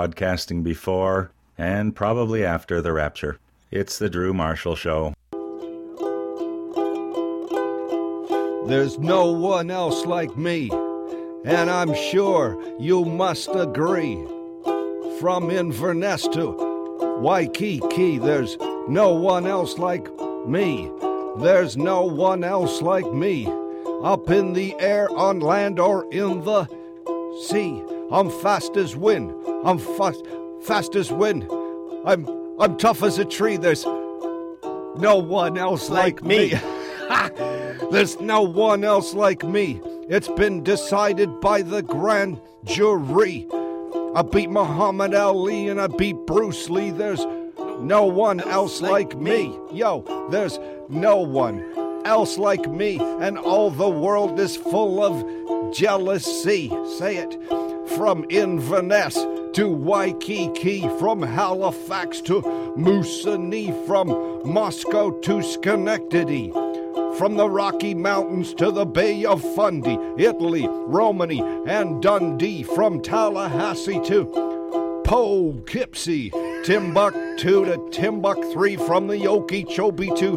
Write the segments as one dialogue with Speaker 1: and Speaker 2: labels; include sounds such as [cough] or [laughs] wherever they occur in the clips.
Speaker 1: broadcasting before and probably after the rapture. It's the Drew Marshall Show.
Speaker 2: There's no one else like me, and I'm sure you must agree. From Inverness to Waikiki, there's no one else like me. There's no one else like me. Up in the air, on land, or in the sea, I'm fast as wind. I'm fast, fast as wind. I'm I'm tough as a tree. There's no one else like,
Speaker 3: Like
Speaker 2: [laughs]
Speaker 3: me.
Speaker 2: me. There's no one else like me. It's been decided by the grand jury. I beat Muhammad Ali and I beat Bruce Lee. There's no one else like me. Yo, there's no one else like me. And all the world is full of jealousy. Say it. From Inverness to Waikiki, from Halifax to Moosonee, from Moscow to Schenectady. From the Rocky Mountains to the Bay of Fundy, Italy, Romany, and Dundee, from Tallahassee to Poughkeepsie, Timbuktu to Timbuktu, from the Okeechobee to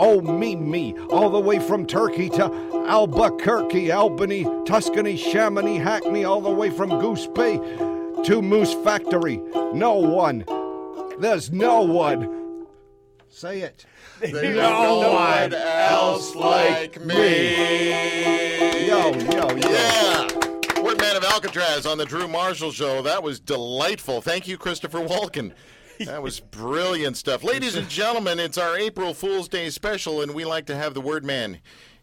Speaker 2: Oh Me Me, all the way from Turkey to Albuquerque, Albany, Tuscany, Chamonix, Hackney, all the way from Goose Bay to Moose Factory. No one, there's no one. Say it.
Speaker 4: There's no, one else like me.
Speaker 2: Yo, yo, yo.
Speaker 4: Yeah. We're Man of Alcatraz on the Drew Marshall Show. That was delightful. Thank you, Christopher Walken. That was brilliant [laughs] stuff. Ladies and gentlemen, it's our April Fool's Day special, and we like to have the word man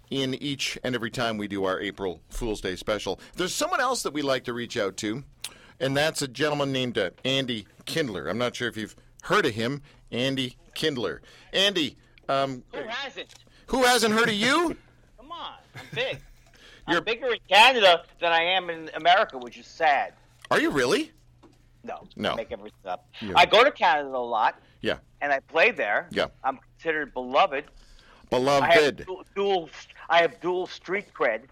Speaker 4: in each and every time we do our April Fool's Day special. There's someone else that we like to reach out to, and that's a gentleman named uh, Andy Kindler. I'm not sure if you've heard of him, Andy Kindler. Andy, um,
Speaker 5: Who hasn't?
Speaker 4: who hasn't heard of you?
Speaker 5: Come on, I'm
Speaker 4: [laughs]
Speaker 5: big.
Speaker 4: You're-
Speaker 5: I'm bigger in Canada than I am in America, which is sad.
Speaker 4: Are you really?
Speaker 5: No,
Speaker 4: No.
Speaker 5: I make everything up. I go to Canada a lot,
Speaker 4: Yeah.
Speaker 5: and I play there.
Speaker 4: Yeah.
Speaker 5: I'm considered beloved. I have
Speaker 4: Beloved.
Speaker 5: dual, dual, I have dual street cred.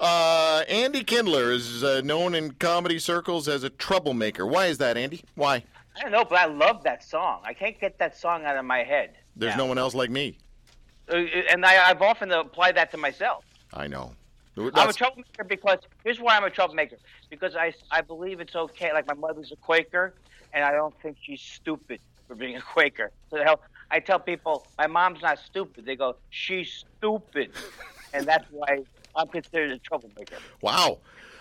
Speaker 4: Uh, Andy Kindler is uh, known in comedy circles as a troublemaker. Why is that, Andy? Why?
Speaker 5: I don't know, but I love that song. I can't get that song out of my head.
Speaker 4: There's no one else like me.
Speaker 5: Uh, and I, I've often applied that to myself.
Speaker 4: I know. That's,
Speaker 5: I'm a troublemaker because here's why I'm a troublemaker. Because I, I believe it's okay. Like my mother's a Quaker, and I don't think she's stupid for being a Quaker. So the hell, I tell people my mom's not stupid. They go, she's stupid, and that's why I'm considered a troublemaker.
Speaker 4: wow.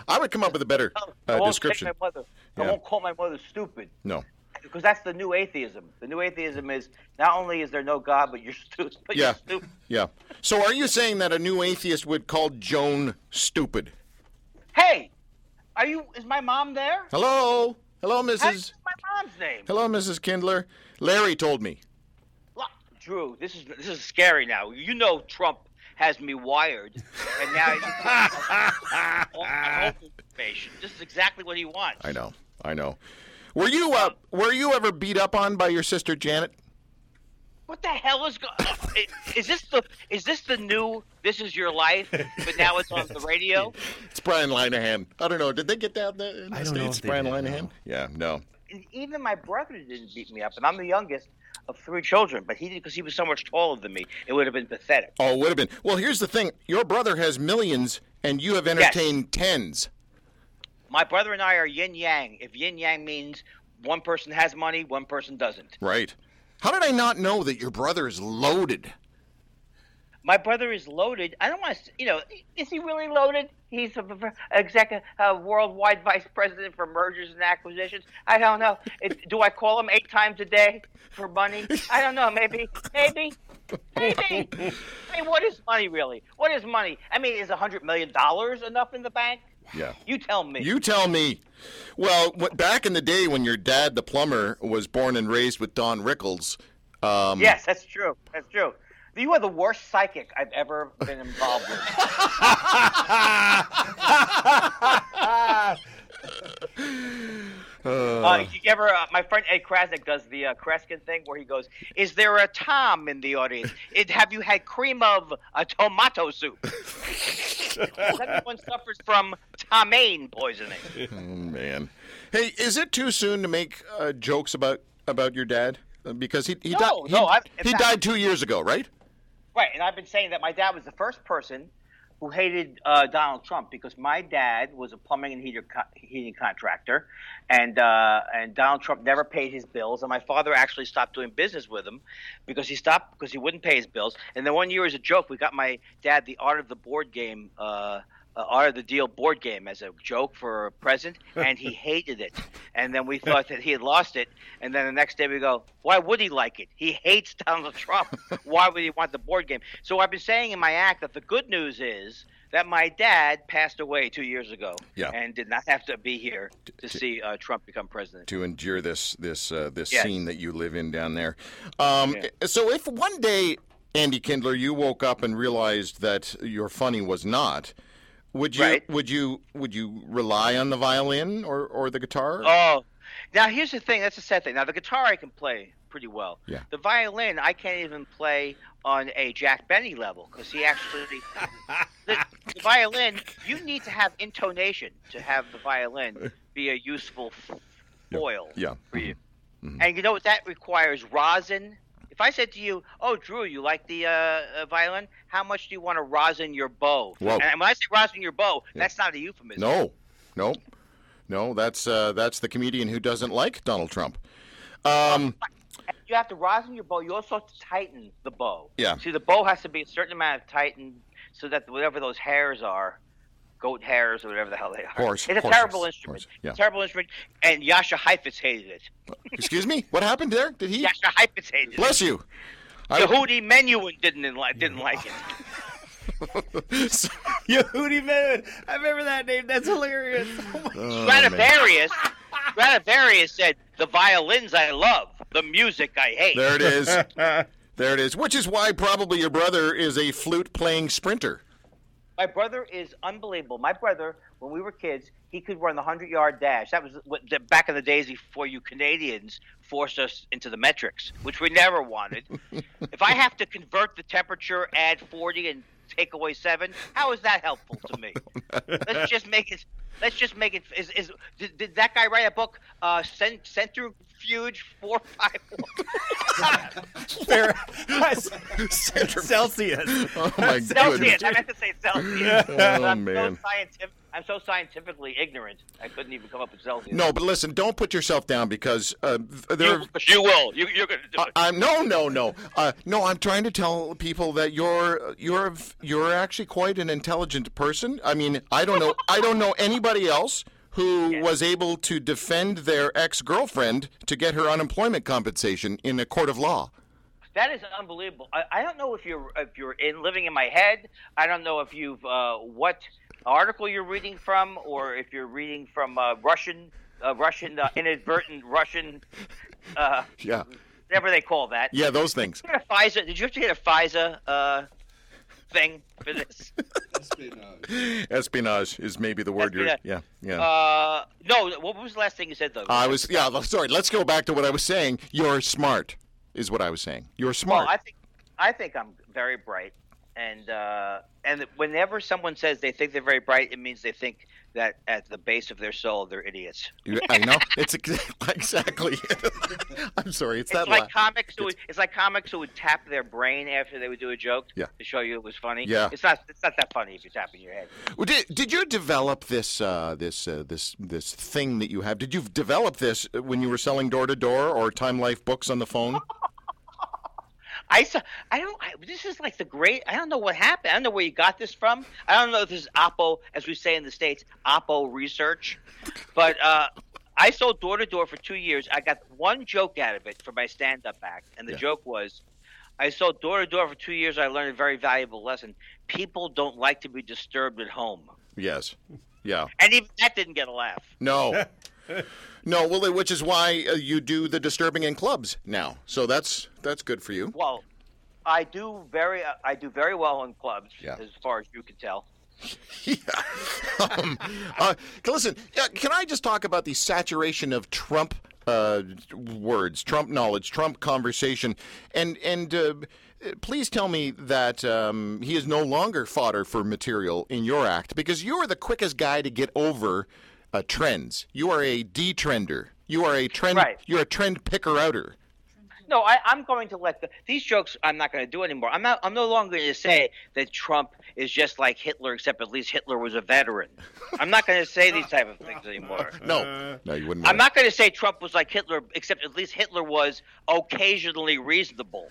Speaker 4: I would come up with a better
Speaker 5: I
Speaker 4: uh,
Speaker 5: won't
Speaker 4: description.
Speaker 5: take my mother.
Speaker 4: Yeah.
Speaker 5: I won't call my mother stupid
Speaker 4: No.
Speaker 5: because that's the new atheism. The new atheism is not only is there no God, but you're [laughs] stupid. But
Speaker 4: Yeah.
Speaker 5: you're stupid.
Speaker 4: Yeah. So are you saying that a new atheist would call Joan stupid?
Speaker 5: Hey, are you? Is my mom there?
Speaker 4: Hello? Hello,
Speaker 5: How do you
Speaker 4: Mrs.
Speaker 5: know my mom's name?
Speaker 4: Hello, Mrs. Kindler. Larry told me.
Speaker 5: Lo- Drew, this is this is scary now. You know Trump has me wired, and now you
Speaker 4: [laughs]
Speaker 5: all my old information. This is exactly what he wants.
Speaker 4: I know. I know. Were you uh, were you ever beat up on by your sister Janet?
Speaker 5: What the hell is going? is this the is this the new This Is Your Life? But now it's on the
Speaker 4: [laughs]
Speaker 5: radio.
Speaker 4: It's Brian Linehan. I don't know. Did they get down there in the
Speaker 6: I don't know
Speaker 4: states?
Speaker 6: if they
Speaker 4: Brian
Speaker 6: did,
Speaker 4: Linehan.
Speaker 6: no.
Speaker 4: Yeah. No.
Speaker 5: And even my brother didn't beat me up, and I'm the youngest of three children. But he did because he was so much taller than me. It would have been pathetic.
Speaker 4: Oh, it would have been. Well, here's the thing. Your brother has millions, and you have entertained tens.
Speaker 5: My brother and I are yin yang. If yin yang means one person has money, one person doesn't.
Speaker 4: Right. How did I not know that your brother is loaded?
Speaker 5: my brother is loaded. I don't want to, you know, is he really loaded? He's a executive, uh, worldwide vice president for mergers and acquisitions. I don't know. It, do I call him eight times a day for money? I don't know. Maybe, maybe, maybe. I mean, what is money really? What is money? I mean, is a hundred million dollars enough in the bank?
Speaker 4: Yeah.
Speaker 5: You tell me.
Speaker 4: You tell me. Well, what, back in the day when your dad, the plumber, was born and raised with Don Rickles. Um,
Speaker 5: yes, that's true. That's true. You are the worst psychic I've ever been involved with. Uh, you ever, uh, my friend Ed Krasnick does the uh, Kreskin thing where he goes, "Is there a Tom in the audience? It, have you had cream of a tomato soup?" Everyone suffers from ptomaine poisoning.
Speaker 4: [laughs] Man, hey, is it too soon to make uh, jokes about about your dad? Uh, Because he he,
Speaker 5: No,
Speaker 4: died he,
Speaker 5: no, I- in
Speaker 4: he
Speaker 5: fact-
Speaker 4: died two years ago, right?
Speaker 5: Right, and I've been saying that my dad was the first person who hated uh, Donald Trump because my dad was a plumbing and heater co- heating contractor, and uh, and Donald Trump never paid his bills, and my father actually stopped doing business with him because he stopped because he wouldn't pay his bills. And then one year, as a joke, we got my dad the Art of the Board Game. Uh, uh, Art of the Deal board game as a joke for a present, and he hated it. And then we thought that he had lost it. And then the next day we go, why would he like it? He hates [laughs] Donald Trump. Why would he want the board game? So I've been saying in my act that the good news is that my dad passed away two years ago
Speaker 4: Yeah.
Speaker 5: and did not have to be here to see uh, Trump become president.
Speaker 4: to endure this this uh, this
Speaker 5: Yes.
Speaker 4: scene that you live in down there. Um,
Speaker 5: Yeah.
Speaker 4: So if one day Andy Kindler, you woke up and realized that your funny was not, would you
Speaker 5: Right.
Speaker 4: would you would you rely on the violin or, or the guitar?
Speaker 5: Oh, now here's the thing. That's the sad thing. Now the guitar I can play pretty well.
Speaker 4: Yeah.
Speaker 5: The violin I can't even play on a Jack Benny level because he
Speaker 4: [laughs]
Speaker 5: actually the, the violin you need to have intonation to have the violin be a useful f- foil
Speaker 4: Yeah. Mm-hmm.
Speaker 5: for you. And you know what that requires? Rosin. If I said to you, "Oh, Drew, you like the uh, uh, violin? How much do you want to rosin your bow?"
Speaker 4: Whoa.
Speaker 5: And when I say rosin your bow, that's not a euphemism.
Speaker 4: No, no, no. That's uh, that's the comedian who doesn't like Donald Trump. Um,
Speaker 5: you have to rosin your bow. You also have to tighten the bow.
Speaker 4: Yeah.
Speaker 5: See, the bow has to be a certain amount of tightened so that whatever those hairs are, goat hairs or whatever the hell they are.
Speaker 4: Horse-
Speaker 5: It's a
Speaker 4: horses,
Speaker 5: terrible instrument.
Speaker 4: horse, yeah.
Speaker 5: Terrible instrument. And Yasha Heifetz hated it.
Speaker 4: excuse me, what happened there? Did he?
Speaker 5: Yasha Heifetz hated it.
Speaker 4: Bless you. [laughs]
Speaker 5: Yehudi Menuhin didn't like didn't like it.
Speaker 3: Yehudi Man. I remember that name. That's hilarious.
Speaker 4: Oh,
Speaker 5: Oh, Stradivarius Stradivarius said, "The violins I love, the music I hate."
Speaker 4: There it
Speaker 5: [laughs]
Speaker 4: is. there it is. Which is why probably your brother is a flute playing sprinter. [laughs]
Speaker 5: My brother is unbelievable. My brother, when we were kids, he could run the hundred yard dash. That was what, the, back in the days before you Canadians forced us into the metrics, which we never wanted. if I have to convert the temperature, add forty, and take away seven, how is that helpful to me? let's just make it. Let's just make it. Is, is did, did that guy write a book? Uh, cent, centrifuge four five. one?
Speaker 3: Fair- Celsius.
Speaker 4: Oh my
Speaker 5: Celsius.
Speaker 4: goodness.
Speaker 5: I meant to say Celsius.
Speaker 4: [laughs] Oh,
Speaker 5: I'm
Speaker 4: man.
Speaker 5: So scientific, I'm so scientifically ignorant. I couldn't even come up with Celsius.
Speaker 4: No, but listen, don't put yourself down because uh, there.
Speaker 5: you, you will. You, you're gonna do it.
Speaker 4: I'm no, no, no, uh, no. I'm trying to tell people that you're you're you're actually quite an intelligent person. I mean, I don't know, I don't know anybody else who was able to defend their ex-girlfriend to get her unemployment compensation in a court of law.
Speaker 5: that is unbelievable. I, I don't know if you're if you're in living in my head. I don't know if you've uh, what article you're reading from, or if you're reading from uh, Russian uh, Russian uh, inadvertent Russian. Uh,
Speaker 4: Yeah,
Speaker 5: Whatever they call that.
Speaker 4: yeah, those things.
Speaker 5: Did you get a FISA? Did you have to get a FISA uh, thing for this?
Speaker 4: [laughs] Espionage is maybe the word
Speaker 5: Espionage.
Speaker 4: you're. Yeah, yeah.
Speaker 5: Uh, no. What was the last thing you said though?
Speaker 4: I was yeah. Sorry, let's go back to what I was saying. You're smart, is what I was saying. You're smart.
Speaker 5: Well, Oh, I think I think I'm very bright, and uh, and whenever someone says they think they're very bright, it means they think that at the base of their soul they're idiots. [laughs]
Speaker 4: You- I know. It's ex- [laughs] exactly. I'm sorry. It's, that
Speaker 5: it's like
Speaker 4: laugh.
Speaker 5: comics who it's like comics who would tap their brain after they would do a joke
Speaker 4: Yeah.
Speaker 5: to show you it was funny.
Speaker 4: Yeah.
Speaker 5: it's not it's not that funny if you're tapping your head.
Speaker 4: Well, Did, did you develop this uh, this uh, this this thing that you have? Did you develop this when you were selling door to door or Time Life books on the
Speaker 5: [laughs]
Speaker 4: phone?
Speaker 5: I saw, I don't. I, this is like the great. I don't know what happened. I don't know where you got this from. I don't know if this is Oppo, as we say in the states, Oppo research. But uh, I sold door to door for two years. I got one joke out of it for my stand up act, and the joke was, I sold door to door for two years. I learned a very valuable lesson: people don't like to be disturbed at home.
Speaker 4: yes. Yeah.
Speaker 5: And even that didn't get a laugh. [laughs]
Speaker 4: No. No. Well, which is why uh, you do the disturbing in clubs now. So that's that's good for you.
Speaker 5: Well, I do very, I do very well in clubs,
Speaker 4: Yeah.
Speaker 5: as far as you can tell.
Speaker 4: um, uh, listen, uh, can I just talk about the saturation of Trump uh, words, Trump knowledge, Trump conversation, and and uh, please tell me that um, he is no longer fodder for material in your act because you are the quickest guy to get over uh, trends. You are a detrender. You are a trend.
Speaker 5: Right.
Speaker 4: You're a trend picker outer.
Speaker 5: No, I, I'm going to let the, these jokes. I'm not going to do anymore. I'm not. I'm no longer going to say that Trump is just like Hitler, except at least Hitler was a veteran. I'm not going to say these type of things anymore.
Speaker 4: No, no, you wouldn't.
Speaker 5: Uh, I'm
Speaker 4: want
Speaker 5: not going to say Trump was like Hitler, except at least Hitler was occasionally reasonable.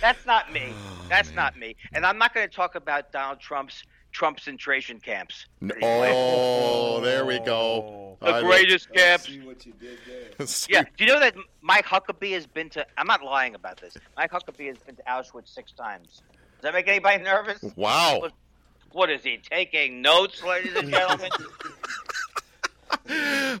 Speaker 5: That's not me. That's not me. And I'm not going to talk about Donald Trump's Trump centration camps.
Speaker 4: it. Oh, there we go.
Speaker 5: the greatest camps.
Speaker 4: greatest. [laughs]
Speaker 5: Yeah. Do you know that Mike Huckabee has been to? I'm not lying about this. Mike Huckabee has been to Auschwitz six times. Does that make
Speaker 4: [laughs]
Speaker 5: anybody nervous?
Speaker 4: Wow.
Speaker 5: What is he taking notes, ladies and gentlemen?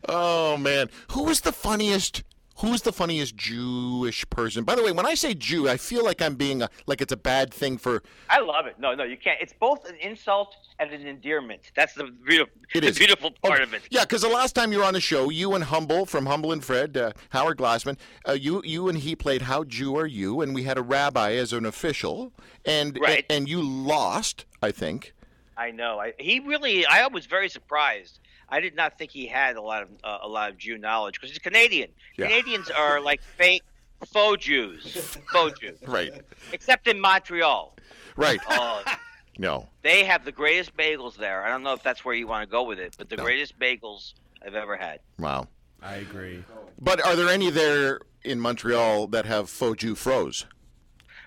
Speaker 4: Oh man, who was the funniest? Who's the funniest Jewish person? By the way, when I say Jew, I feel like I'm being a, like it's a bad thing for.
Speaker 5: I love it. No, no, you can't. It's both an insult and an endearment. That's the beautiful,
Speaker 4: It
Speaker 5: the
Speaker 4: is. Oh.
Speaker 5: beautiful part of it.
Speaker 4: Yeah, because the last time you were on the show, you and Humble from Humble and Fred, uh, Howard Glassman, uh, you you and he played "How Jew Are You," and we had a rabbi as an official, and
Speaker 5: Right.
Speaker 4: and you lost, I think.
Speaker 5: I know. I, he really. I was very surprised. I did not think he had a lot of uh, a lot of Jew knowledge because he's Canadian.
Speaker 4: Yeah.
Speaker 5: Canadians are like fake faux Jews, faux Jews,
Speaker 4: Right,
Speaker 5: except in Montreal.
Speaker 4: right. [laughs]
Speaker 5: Oh,
Speaker 4: No,
Speaker 5: They have the greatest bagels there. I don't know if that's where you want to go with it, but the
Speaker 4: No.
Speaker 5: greatest bagels I've ever had.
Speaker 4: wow.
Speaker 6: I agree.
Speaker 4: But are there any there in Montreal that have faux Jew froze?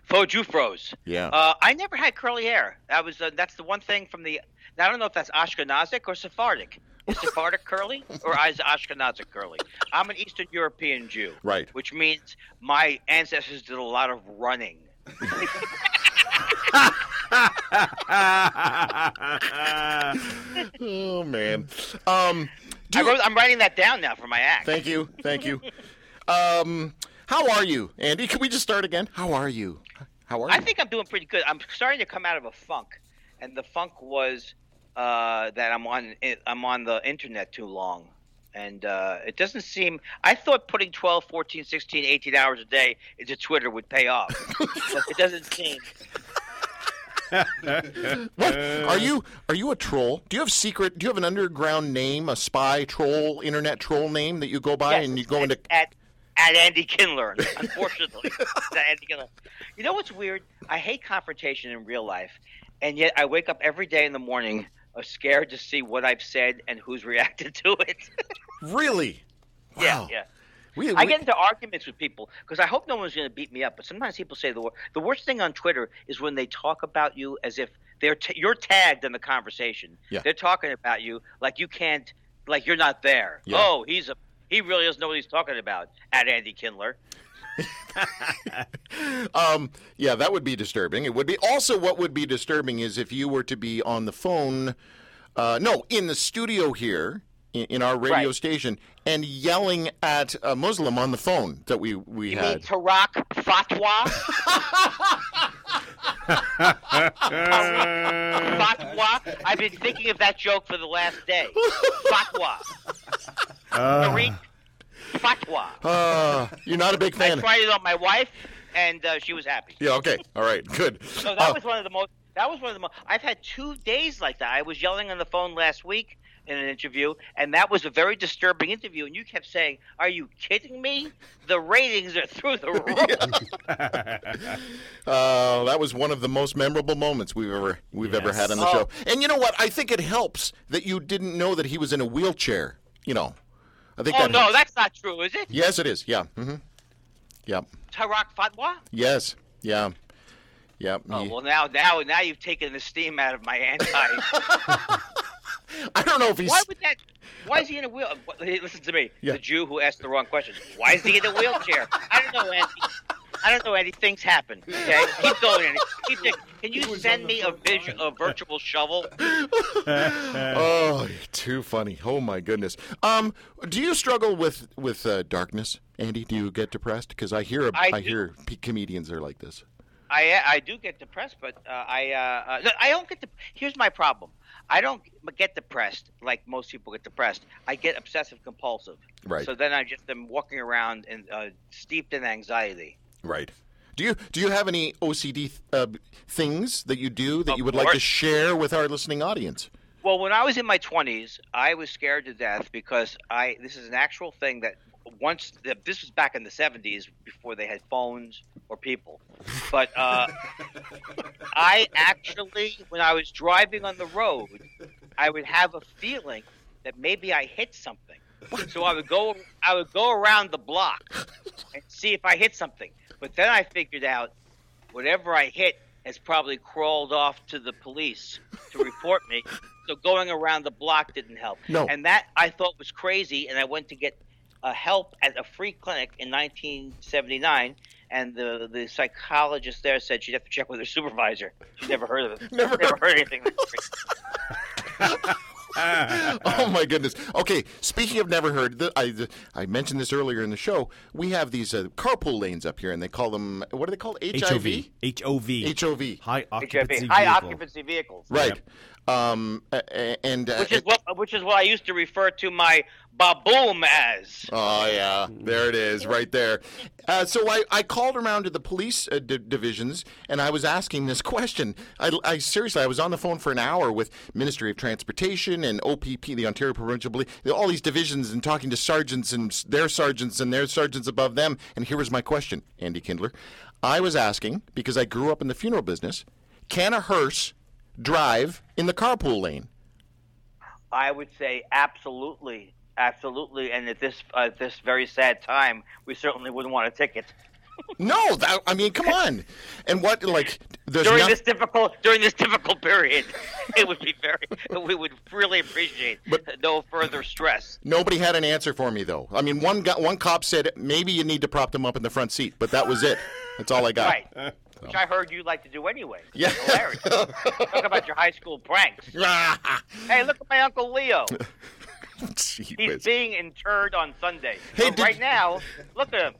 Speaker 5: Faux Jufros.
Speaker 4: Yeah.
Speaker 5: Uh, I never had curly hair. That was uh, that's the one thing from the. I don't know if that's Ashkenazic or Sephardic. Is Sephardic [laughs] curly or is Ashkenazic curly? I'm an Eastern European Jew.
Speaker 4: Right.
Speaker 5: Which means my ancestors did a lot of running.
Speaker 4: Oh man. Um.
Speaker 5: I wrote, I'm writing that down now for my act.
Speaker 4: Thank you. Thank you. Um, how are you, Andy? Can we just start again? How are you? How are you?
Speaker 5: I think I'm doing pretty good. I'm starting to come out of a funk, and the funk was uh, that I'm on I'm on the internet too long, and uh, it doesn't seem. I thought putting 12, 14, 16, 18 hours a day into Twitter would pay off, but it doesn't seem.
Speaker 4: what?
Speaker 5: Uh,
Speaker 4: are you are you a troll? Do you have secret? Do you have an underground name, a spy troll, internet troll name that you go by,
Speaker 5: Yes,
Speaker 4: and you go
Speaker 5: at-
Speaker 4: into?
Speaker 5: at at Andy Kindler. Unfortunately, It's at Andy Kindler. You know what's weird? I hate confrontation in real life, and yet I wake up every day in the morning uh, scared to see what I've said and who's reacted [laughs] to it.
Speaker 4: Really?
Speaker 5: yeah,
Speaker 4: Wow.
Speaker 5: yeah.
Speaker 4: We,
Speaker 5: I
Speaker 4: we-
Speaker 5: get into arguments with people because I hope no one's going to beat me up. But sometimes people say the wor- the worst thing on Twitter is when they talk about you as if they're t- you're tagged in the conversation.
Speaker 4: Yeah.
Speaker 5: They're talking about you like you can't, like you're not there.
Speaker 4: Yeah.
Speaker 5: Oh, he's a he really doesn't know what he's talking about. At Andy Kindler,
Speaker 4: Um, yeah, that would be disturbing. It would be also what would be disturbing is if you were to be on the phone, uh, no, in the studio here in, in our radio
Speaker 5: Right.
Speaker 4: station and yelling at a Muslim on the phone that we we
Speaker 5: you mean
Speaker 4: had.
Speaker 5: Tarak
Speaker 4: [laughs]
Speaker 5: Fatwa? Fatwa. I've been thinking of that joke for the last day.
Speaker 4: [laughs]
Speaker 5: Fatwa.
Speaker 4: Ah.
Speaker 5: Tariq Fatwa.
Speaker 4: Uh, you're not a big
Speaker 5: [laughs] I
Speaker 4: fan.
Speaker 5: tried it on my wife, and uh, she was happy.
Speaker 4: Yeah. Okay. All right. Good.
Speaker 5: So that
Speaker 4: Uh,
Speaker 5: was one of the most. That was one of the most. I've had two days like that. I was yelling on the phone last week in an interview, and that was a very disturbing interview. And you kept saying, "Are you kidding me? The ratings are
Speaker 4: [laughs]
Speaker 5: through the roof."
Speaker 4: uh, that was one of the most memorable moments we've ever we've ever had on the show.
Speaker 5: Oh.
Speaker 4: And you know what? I think it helps that you didn't know that he was in a wheelchair. You know, I think.
Speaker 5: Oh
Speaker 4: that
Speaker 5: no,
Speaker 4: helps.
Speaker 5: that's not true, is it?
Speaker 4: Yes, it is. Yeah. Mm-hmm. Yep.
Speaker 5: Tarak Fatwa.
Speaker 4: Yes. Yeah. Yeah.
Speaker 5: Oh
Speaker 4: Ye-
Speaker 5: well, now, now, now you've taken the steam out of my anti.
Speaker 4: I don't know if he's.
Speaker 5: Why would that? Why is he in a wheel? what- hey, Listen to me,
Speaker 4: Yeah.
Speaker 5: the Jew who asked the wrong questions. Why is he in a wheelchair? I don't know, Andy. I don't know, Andy. Things happen. Okay, keep going, Andy. Keep thinking. Can you send me a vision, a virtual shovel?
Speaker 4: oh, you're too funny. Oh my goodness. Um, do you struggle with with uh, darkness, Andy? Do you get depressed? Because I hear
Speaker 5: I
Speaker 4: I
Speaker 5: do.
Speaker 4: hear p- comedians are like this.
Speaker 5: I I do get depressed, but uh, I uh, uh, no, I don't get. De- Here's my problem. I don't get depressed like most people get depressed. I get obsessive compulsive.
Speaker 4: Right.
Speaker 5: So then I just am walking around and uh, steeped in anxiety.
Speaker 4: Right. Do you do you have any OCD uh, things that you do that
Speaker 5: Of
Speaker 4: you would like to
Speaker 5: course.
Speaker 4: share with our listening audience?
Speaker 5: Well, when I was in my 20s, I was scared to death because I this is an actual thing that once this was back in the 70s before they had phones or people. But uh, I actually when I was driving on the road, I would have a feeling that maybe I hit something. So I would go I would go around the block and see if I hit something. But then I figured out whatever I hit has probably crawled off to the police to report me. So going around the block didn't help.
Speaker 4: No.
Speaker 5: And that I thought was crazy. And I went to get uh, help at a free clinic in 1979. And the, the psychologist there said she'd have to check with her supervisor. She'd never heard of it.
Speaker 4: Never
Speaker 5: never heard anything. like this. [laughs]
Speaker 4: oh my goodness. Okay, speaking of never heard, the, I the, I mentioned this earlier in the show. We have these uh, carpool lanes up here, and they call them what are they called? HIV.
Speaker 6: HOV.
Speaker 4: HOV.
Speaker 6: High
Speaker 5: HFV,
Speaker 6: occupancy
Speaker 5: high
Speaker 6: vehicle.
Speaker 5: occupancy vehicles.
Speaker 4: Right. Um. a- a- And uh,
Speaker 5: Which is what which is what I used to refer to my baboom as.
Speaker 4: Oh yeah, there it is, right there. Uh, so I, I called around to the police uh, d- divisions, and I was asking this question. I, I seriously, I was on the phone for an hour with Ministry of Transportation and OPP, the Ontario Provincial Police, all these divisions, and talking to sergeants and s- their sergeants and their sergeants above them. And here was my question, Andy Kindler. I was asking because I grew up in the funeral business. Can a hearse drive in the carpool lane?
Speaker 5: I would say absolutely, absolutely. And at this uh, at this very sad time, we certainly wouldn't want a ticket
Speaker 4: No, that, I mean, come on. And what, like, there's
Speaker 5: during
Speaker 4: noth-
Speaker 5: this difficult during this difficult period. [laughs] it would be very. We would really appreciate no further stress.
Speaker 4: Nobody had an answer for me though. I mean, one got, one cop said maybe you need to prop them up in the front seat, but that was it. That's all I got. [laughs]
Speaker 5: Right. Which I heard you like to do anyway.
Speaker 4: Yeah.
Speaker 5: Hilarious. Talk about your high
Speaker 4: [laughs]
Speaker 5: school pranks. Hey, look at my Uncle Leo.
Speaker 4: Gee
Speaker 5: He's
Speaker 4: whiz.
Speaker 5: being interred on Sunday.
Speaker 4: Hey,
Speaker 5: But
Speaker 4: did-
Speaker 5: right now, look at him.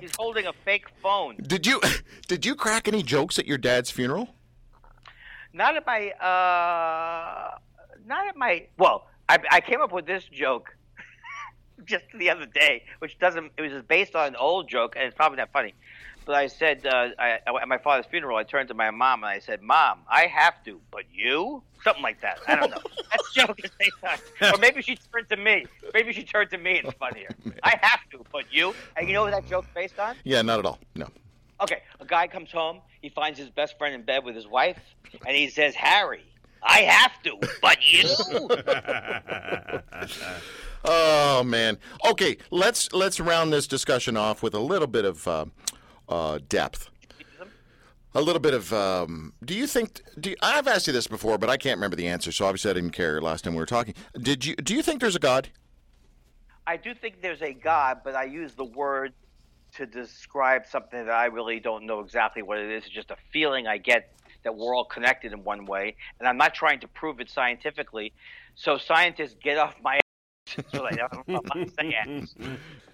Speaker 5: He's holding a fake phone.
Speaker 4: Did you [laughs] did you crack any jokes at your dad's funeral?
Speaker 5: Not at my. Uh, not at my. Well, I, I came up with this joke [laughs] just the other day, which doesn't. It was just based on an old joke, and it's probably not funny. But I said uh, I, at my father's funeral, I turned to my mom and I said, "Mom, I have to, but you." Something like that. I don't know. That's joke is based on, or maybe she turned to me. Maybe she turned to me. It's funnier. I have to, but you. And you know what that joke's based on?
Speaker 4: Yeah, not at all. No.
Speaker 5: Okay, a guy comes home, he finds his best friend in bed with his wife, and he says, Harry, I have to, but you.
Speaker 4: Oh man. Okay, let's let's round this discussion off with a little bit of uh, uh, depth. A little bit of. Um, do you think? Do you- I've asked you this before, but I can't remember the answer, so obviously I didn't care last time we were talking. Did you? Do you think there's a God?
Speaker 5: I do think there's a God, but I use the word to describe something that I really don't know exactly what it is. It's just a feeling I get that we're all connected in one way, and I'm not trying to prove it scientifically. So scientists get off my ass. so I don't know what I'm saying.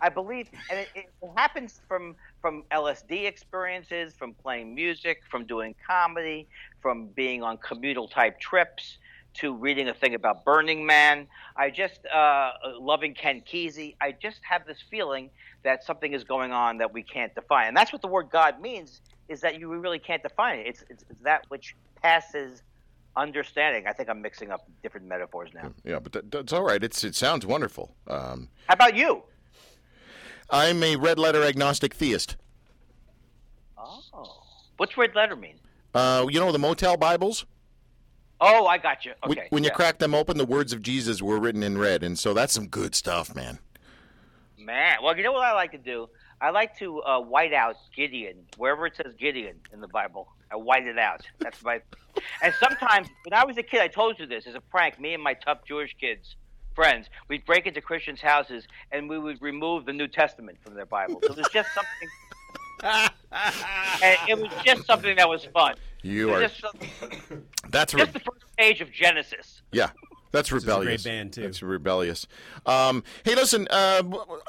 Speaker 5: I believe, and it, it happens from from LSD experiences, from playing music, from doing comedy, from being on communal type trips, to reading a thing about Burning Man. I just uh, loving Ken Kesey. I just have this feeling that something is going on that we can't define, and that's what the word God means: is that you really can't define it. It's it's, it's that which passes understanding. I think I'm mixing up different metaphors now.
Speaker 4: Yeah, but that, that's all right. It's it sounds wonderful. Um,
Speaker 5: How about you?
Speaker 4: I'm a red letter agnostic theist.
Speaker 5: Oh, what's red letter mean?
Speaker 4: Uh, you know the motel Bibles?
Speaker 5: Oh, I got you.
Speaker 4: When-
Speaker 5: Okay.
Speaker 4: when you
Speaker 5: yeah.
Speaker 4: crack them open, the words of Jesus were written in red, and so that's some good stuff, man.
Speaker 5: Man, well, you know what I like to do? I like to uh, white out Gideon wherever it says Gideon in the Bible. I white it out. That's my. and sometimes when I was a kid, I told you this as a prank. Me and my tough Jewish kids, friends, we'd break into Christians' houses and we would remove the New Testament from their Bible. So it was just
Speaker 4: [laughs]
Speaker 5: something. and it was just something that was fun.
Speaker 4: You
Speaker 5: It was
Speaker 4: are
Speaker 5: just, something-
Speaker 4: that's re-
Speaker 5: just the first page of Genesis.
Speaker 4: yeah, that's
Speaker 6: is a great
Speaker 4: rebellious.
Speaker 6: band, too.
Speaker 4: That's rebellious. Um, hey, listen, uh,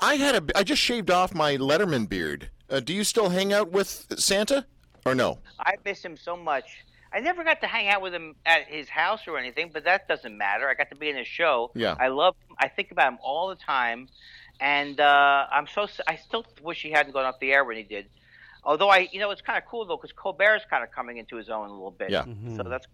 Speaker 4: I had a I just shaved off my Letterman beard. Uh, do you still hang out with Santa or no?
Speaker 5: I miss him so much. I never got to hang out with him at his house or anything, but that doesn't matter. I got to be in his show.
Speaker 4: Yeah.
Speaker 5: I love. I think about him all the time, and uh, I'm so. s- I still wish he hadn't gone off the air when he did. Although I, you know, it's kind of cool though because Colbert's kind of coming into his own a little bit.
Speaker 4: Yeah.
Speaker 5: So that's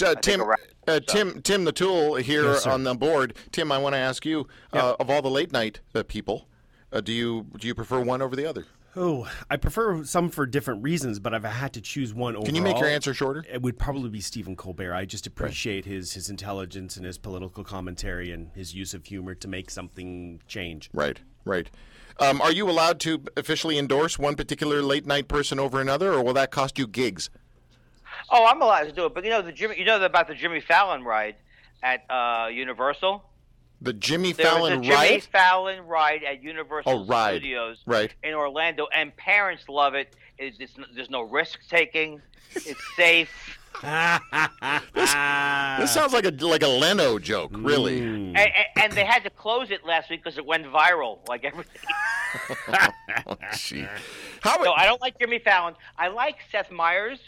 Speaker 4: Uh,
Speaker 5: think
Speaker 4: Tim,
Speaker 5: a wrap
Speaker 4: uh,
Speaker 5: up.
Speaker 4: Tim, Tim, the tool here
Speaker 6: Yes, sir.
Speaker 4: on the board. Tim, I want to ask you uh, of all the late night uh, people, uh, do you do you prefer one over the other?
Speaker 6: Oh, I prefer some for different reasons, but I've had to choose one overall.
Speaker 4: Can you make your answer shorter?
Speaker 6: It would probably be Stephen Colbert. I just appreciate his his intelligence and his political commentary and his use of humor to make something change.
Speaker 4: Right, right. Um, are you allowed to officially endorse one particular late night person over another, or will that cost you gigs?
Speaker 5: Oh, I'm allowed to do it, but you know the Jimmy. You know about the Jimmy Fallon ride at uh, Universal.
Speaker 4: The Jimmy
Speaker 5: There was a
Speaker 4: Fallon
Speaker 5: Jimmy
Speaker 4: right?
Speaker 5: Fallon ride at Universal
Speaker 4: Oh, ride.
Speaker 5: Studios
Speaker 4: Right.
Speaker 5: in Orlando, and parents love it. It's, it's, there's no risk taking. It's safe.
Speaker 6: Ah!
Speaker 4: [laughs] This sounds like a like a Leno joke, really.
Speaker 6: Mm. [laughs]
Speaker 5: and, and, and they had to close it last week because it went viral, like everything.
Speaker 4: Gee. How
Speaker 5: So I don't like Jimmy Fallon. I like Seth Meyers.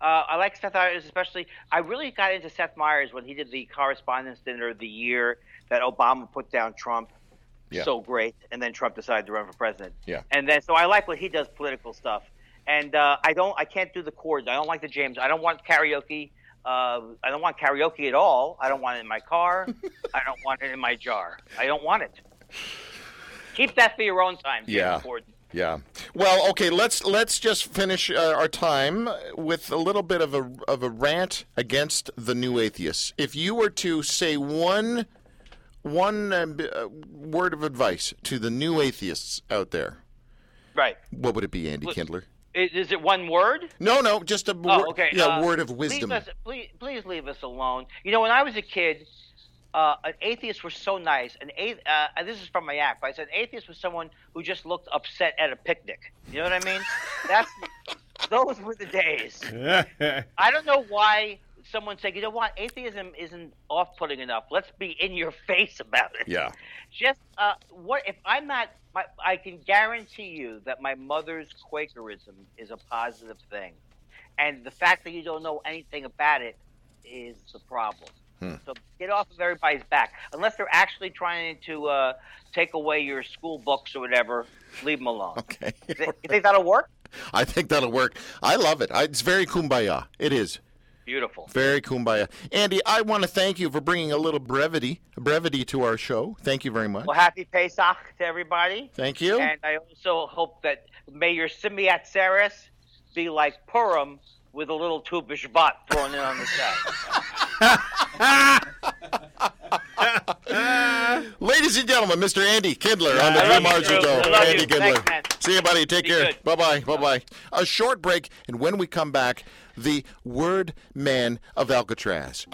Speaker 5: Uh, I like Seth Meyers especially. I really got into Seth Meyers when he did the Correspondence Dinner the year that Obama put down Trump.
Speaker 4: Yeah.
Speaker 5: So great, and then Trump decided to run for president.
Speaker 4: Yeah.
Speaker 5: And then so I like what he does political stuff, and uh, I don't. I can't do the chords. I don't like the James. I don't want karaoke. Uh, I don't want karaoke at all. I don't want it in my car.
Speaker 4: [laughs]
Speaker 5: I don't want it in my jar. I don't want it. Keep that for your own time. James
Speaker 4: Yeah.
Speaker 5: Corden.
Speaker 4: [laughs] Yeah. Well, okay. Let's let's just finish uh, our time with a little bit of a of a rant against the new atheists. If you were to say one one uh, b- uh, word of advice to the new atheists out there,
Speaker 5: Right.
Speaker 4: what would it be, Andy Kindler?
Speaker 5: Is, is it one word?
Speaker 4: No, no, just a
Speaker 5: Oh,
Speaker 4: wor-
Speaker 5: okay.
Speaker 4: yeah,
Speaker 5: uh,
Speaker 4: word of wisdom.
Speaker 5: Leave us, please, please leave us alone. You know, when I was a kid, uh, an atheist was so nice. An athe- uh, and this is from my act. But I said an atheist was someone who just looked upset at a picnic. You know what I
Speaker 4: [laughs]
Speaker 5: mean? That's those were the days. I don't know why someone said, you know what, atheism isn't off-putting enough. Let's be in your face about it
Speaker 4: Yeah. [laughs]
Speaker 5: just uh, what if I'm not? My, I can guarantee you that my mother's Quakerism is a positive thing, and the fact that you don't know anything about it is the problem. So get off of everybody's back, unless they're actually trying to uh, take away your school books or whatever. Leave them alone.
Speaker 4: Okay.
Speaker 5: You thi- you think that'll work?
Speaker 4: I think that'll work. I love it. I, it's very kumbaya. It is.
Speaker 5: Beautiful.
Speaker 4: Very kumbaya. Andy, I want to thank you for bringing a little brevity brevity to our show. Thank you very much.
Speaker 5: Well, happy Pesach to everybody.
Speaker 4: Thank you.
Speaker 5: And I also hope that may your Simiat Saris be like Purim with a little Tu B'Shvat thrown in on the side.
Speaker 4: Ladies and gentlemen, Mr. Andy Kindler on the
Speaker 5: I
Speaker 4: Drew
Speaker 5: love you,
Speaker 4: Marshall
Speaker 5: Drew.
Speaker 4: Show.
Speaker 5: I love
Speaker 4: Andy
Speaker 5: you.
Speaker 4: Kindler.
Speaker 5: Thanks, man.
Speaker 4: See you, buddy. Take
Speaker 5: Be
Speaker 4: care.
Speaker 5: good.
Speaker 4: Bye bye. Bye bye. A short break, and when we come back, the word man of Alcatraz.